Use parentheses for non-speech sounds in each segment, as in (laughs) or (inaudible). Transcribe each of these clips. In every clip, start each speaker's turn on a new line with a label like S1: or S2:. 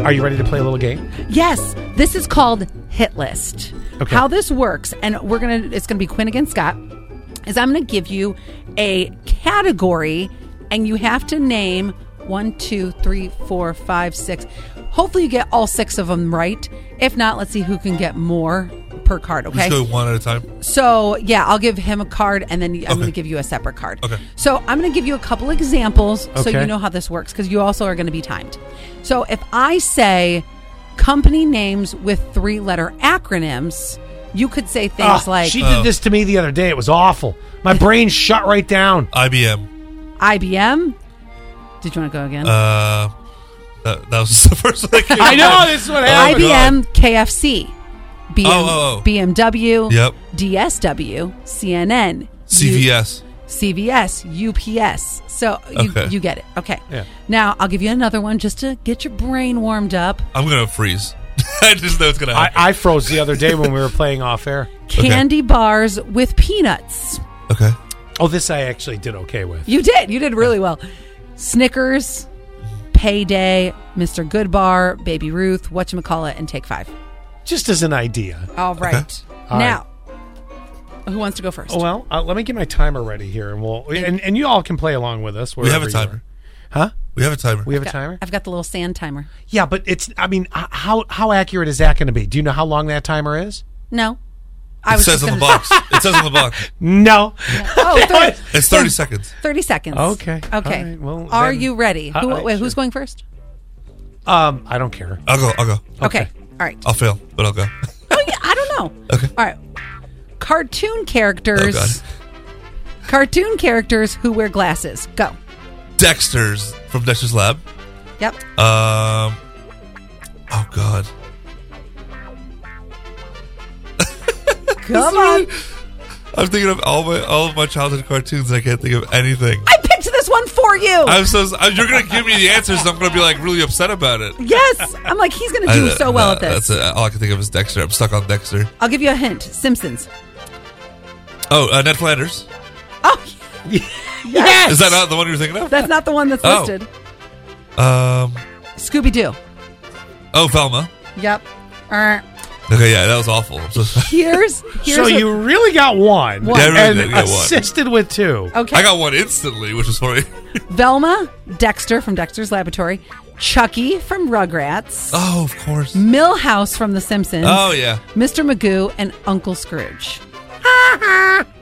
S1: Are you ready to play a little game?
S2: Yes, this is called Hit List.
S1: Okay.
S2: How this works, and we're gonna it's gonna be Quinn against Scott, is I'm gonna give you a category and you have to name one, two, three, four, five, six. Hopefully you get all six of them right. If not, let's see who can get more per card, okay?
S3: Just do it one at a time.
S2: So yeah, I'll give him a card, and then I'm going to give you a separate card.
S3: Okay.
S2: So I'm going to give you a couple examples so
S1: Okay.
S2: you know how this works because you also are going to be timed. So if I say company names with three-letter acronyms, you could say
S1: Ah,
S2: things like
S1: she did this to me the other day. It was awful. My brain shut right down.
S3: IBM.
S2: IBM. Did you want to go again?
S3: Uh, that, that was (laughs) the first one. That came
S1: (laughs) I
S3: to mind.
S1: know this is what
S3: Oh,
S1: happened.
S2: IBM, KFC, BM,
S3: Oh, oh, oh.
S2: BMW,
S3: Yep.
S2: DSW, CNN,
S3: CVS.
S2: CVS, UPS. So you,
S3: Okay.
S2: you get it. Okay.
S1: Yeah.
S2: Now I'll give you another one just to get your brain warmed up.
S3: I'm gonna freeze. (laughs) I just know it's gonna
S1: I,
S3: happen.
S1: I froze the other day when we were playing off air.
S3: Okay.
S2: Candy bars with peanuts.
S3: okay.
S1: Oh, this I actually did okay with.
S2: You did. You did really well. Snickers, Payday, Mr. Goodbar, Baby Ruth, whatchamacallit, and Take Five.
S1: Just as an idea.
S2: All right.
S1: All
S2: now, who wants to go first?
S1: Oh, Well, uh, let me get my timer ready here, and we'll and, and you all can play along with us.
S3: We have
S1: wherever
S3: a
S1: you are.
S3: timer.
S1: huh?
S3: We have a timer.
S1: We have a timer.
S2: I've got the little sand timer.
S1: Yeah, but it's. I mean, h- how how accurate is that going to be? Do you know how long that timer is?
S2: No. I
S3: it says
S2: just
S3: on
S2: gonna-
S3: the box. it says on the box.
S1: No.
S2: (laughs) Oh,
S1: (laughs)
S2: 30,
S3: It's 30 seconds.
S2: 30 seconds.
S1: Okay. All
S2: Okay.
S1: right. Well,
S2: Are
S1: then-
S2: you ready?
S1: Uh,
S2: Who,
S1: uh,
S2: wait,
S1: sure.
S2: Who's going first?
S1: (laughs) Um, I don't (laughs) care.
S3: I'll go. I'll go.
S2: Okay.
S1: Okay.
S2: All right.
S3: I'll fail, but I'll go. (laughs)
S2: Oh, yeah, I don't know.
S3: Okay.
S2: All right. Cartoon
S3: Oh,
S2: characters.
S3: God.
S2: Cartoon characters who wear glasses. Go.
S3: Dexter's from Dexter's Lab.
S2: Yep.
S3: Um. Oh God.
S2: Come on.
S3: I'm thinking of all my all of my childhood cartoons. and I can't think of anything.
S2: I picked this one for you.
S3: I'm so. I- You're gonna give me the answers. and I'm gonna be like really upset about it.
S2: yes. I'm like, he's going to do
S3: (laughs) I-
S2: so well
S3: uh,
S2: at this.
S3: That's it. all I can think of is Dexter. I'm stuck on Dexter.
S2: I'll give you a hint Simpsons.
S3: Oh, uh, Ned Flanders. (laughs)
S2: Oh,
S1: Yes.
S3: Is that not the one you're thinking of?
S2: that's not the one that's
S3: Oh.
S2: listed.
S3: Um.
S2: Scooby Doo.
S3: Oh, Velma.
S2: Yep. All right.
S3: Okay, yeah, that was awful. I'm so sorry.
S2: Here's, here's
S1: so
S2: a-
S1: you really got one,
S2: One. Yeah, I
S3: really
S1: and
S3: did get one.
S1: assisted with two.
S2: (laughs) Okay.
S3: I got one instantly, which was funny.
S2: Velma, Dexter from Dexter's Laboratory, Chucky from Rugrats,
S3: Oh, of course.
S2: Millhouse from The Simpsons,
S3: Oh yeah.
S2: Mr. Magoo, and Uncle Scrooge.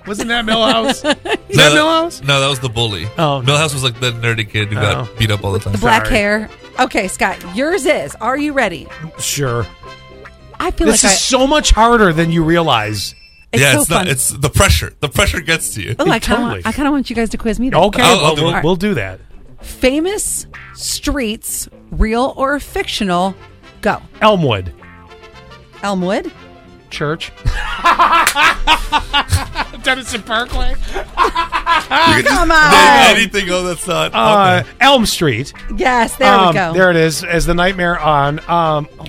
S1: Wasn't that
S2: (laughs)
S1: Millhouse? Is
S3: No,
S1: that Millhouse?
S3: No, that was the bully.
S1: Oh, no.
S3: Millhouse was like the nerdy kid who
S1: Oh.
S3: got beat up all the time.
S2: The black
S1: Sorry.
S2: hair. Okay, Scott, yours is. Are you ready?
S1: Sure.
S2: I feel
S1: This
S2: like
S1: is so much harder than you realize.
S2: I, it's
S3: yeah,
S2: so
S3: it's
S2: fun.
S3: not. It's the pressure. The pressure gets to you.
S2: Oh, I kind of
S1: totally-
S2: want, I kinda want you guys to quiz me. Then.
S1: Okay,
S3: I'll- I'll
S1: well,
S3: do
S1: we'll,
S3: it.
S1: we'll do that.
S2: Famous streets, real or fictional? Go.
S1: Elmwood
S2: Elmwood,
S3: (laughs)
S1: Church, Denison Parkway,
S3: You can just
S2: come
S3: name
S2: on.
S3: anything else that's not.
S2: Oh.
S1: uh,
S3: okay.
S1: Elm Street.
S2: Yes, there
S1: um,
S2: we go.
S1: There it is. As the nightmare on. Um, oh,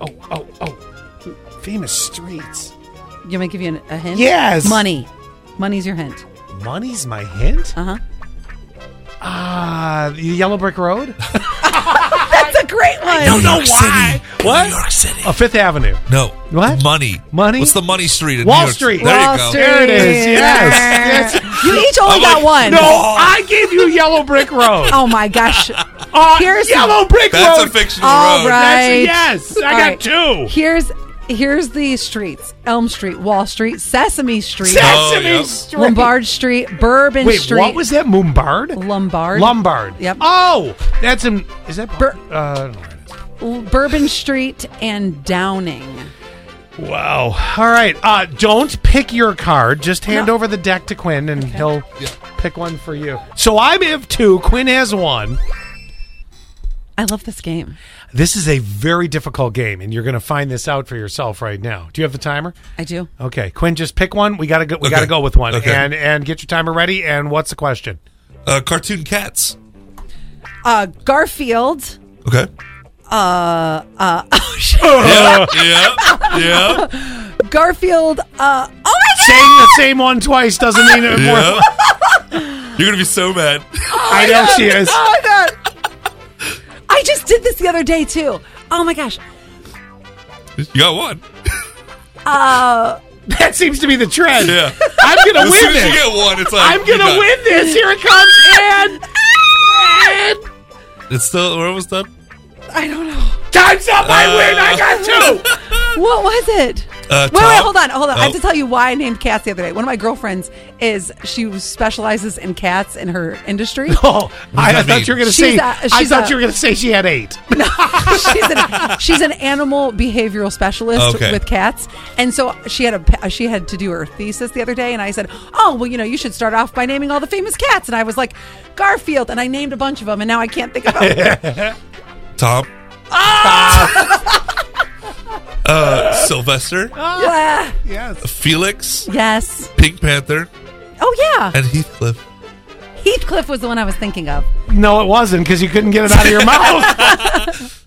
S1: oh, oh, oh, oh. Famous streets.
S2: you want me to give you an- a hint?
S1: Yes.
S2: Money. Money's your hint.
S1: Money's my hint.
S2: Uh huh. Uh-huh.
S1: Ah, the Yellow Brick Road,
S2: That's a great one.
S3: New York City.
S1: What?
S3: New York City.
S1: uh, Fifth Avenue.
S3: No.
S1: What?
S3: Money.
S1: Money?
S3: What's the money street in
S1: Wall
S3: New York
S1: Street.
S3: There
S2: Wall
S3: you go.
S2: Street.
S1: There it is. Yes. yes.
S2: You each only
S3: I'm
S2: got
S3: like,
S2: one.
S1: No, I gave you Yellow Brick Road.
S2: (laughs) Oh my gosh.
S1: Uh,
S2: here's-
S1: Yellow Brick
S3: That's
S1: Road.
S3: a fictional
S2: All
S3: road.
S1: That's-
S2: right.
S1: yes, I
S2: All
S1: got
S2: right.
S1: two.
S2: Here's here's the streets: Elm Street, Wall Street, Sesame Street,
S1: Sesame
S3: Oh, yep.
S1: Street.
S2: Lombard Street, Bourbon
S1: Wait,
S2: Street.
S1: what was that? Lombard.
S2: Lombard?
S1: Lombard.
S2: Yep.
S1: Oh, that's in. Is that?
S2: Bur-
S1: uh, I don't know where it is.
S2: L- Bourbon Street and Downing.
S1: Wow. All right. Uh, don't pick your card. Just hand
S2: No.
S1: over the deck to Quinn, and he'll
S3: Yeah.
S1: pick one for you. So I have two. Quinn has one.
S2: I love this game.
S1: This is a very difficult game, and you're going to find this out for yourself right now. Do you have the timer?
S2: I do.
S1: Okay, Quinn, just pick one. We gotta go. We
S3: Okay.
S1: gotta go with one,
S3: Okay.
S1: and and get your timer ready. And what's the question?
S3: Uh, cartoon cats.
S2: Uh, Garfield. (laughs)
S3: Okay.
S2: Oh, shit.
S3: Yeah. yeah.
S1: (laughs)
S3: Yeah.
S2: Garfield. Uh, oh my
S1: (laughs)
S2: god!
S1: Saying the same one twice doesn't mean (laughs) it.
S3: Yeah. (laughs)
S1: More.
S3: You're gonna be so mad.
S1: I know she is.
S2: Oh my god! I I just did this the other day too. Oh my gosh.
S3: You got one.
S1: That seems to be the trend.
S3: Yeah.
S1: I'm gonna
S3: As soon
S1: win
S3: as you
S1: this.
S3: get one, it's like
S1: I'm
S3: you
S1: gonna
S3: got-
S1: win this. Here it comes, and and
S3: It's still we're almost done.
S2: I don't know.
S1: time's up. I win. I got two.
S2: What was it?
S3: Uh,
S2: wait, wait,
S3: Tom-
S2: hold on, hold on. I have
S3: Oh.
S2: to tell you why I named cats the other day. One of my girlfriends is she specializes in cats in her industry.
S1: (laughs)
S3: (laughs)
S2: (laughs)
S1: Oh, I, I
S3: that
S1: thought
S3: mean?
S1: you were gonna
S2: She's
S1: say.
S2: a-
S1: I
S2: she's
S1: thought
S2: a-
S1: you were gonna say she had eight. (laughs)
S2: she's, an, she's an animal behavioral specialist
S3: Okay.
S2: with cats, and so she had a pe- she had to do her thesis the other day, and I said, "Oh, well, you know, you should start off by naming all the famous cats," and I was like, "Garfield," and I named a bunch of them, and now I can't think of them.
S3: (laughs) Tom.
S1: Ah!
S3: uh, Sylvester,
S2: Ah,
S1: Yes.
S3: Felix,
S2: yes.
S3: Pink Panther,
S2: Oh yeah,
S3: and Heathcliff.
S2: Heathcliff was the one I was thinking of.
S1: (laughs) No, it wasn't because you couldn't get it out of your mouth.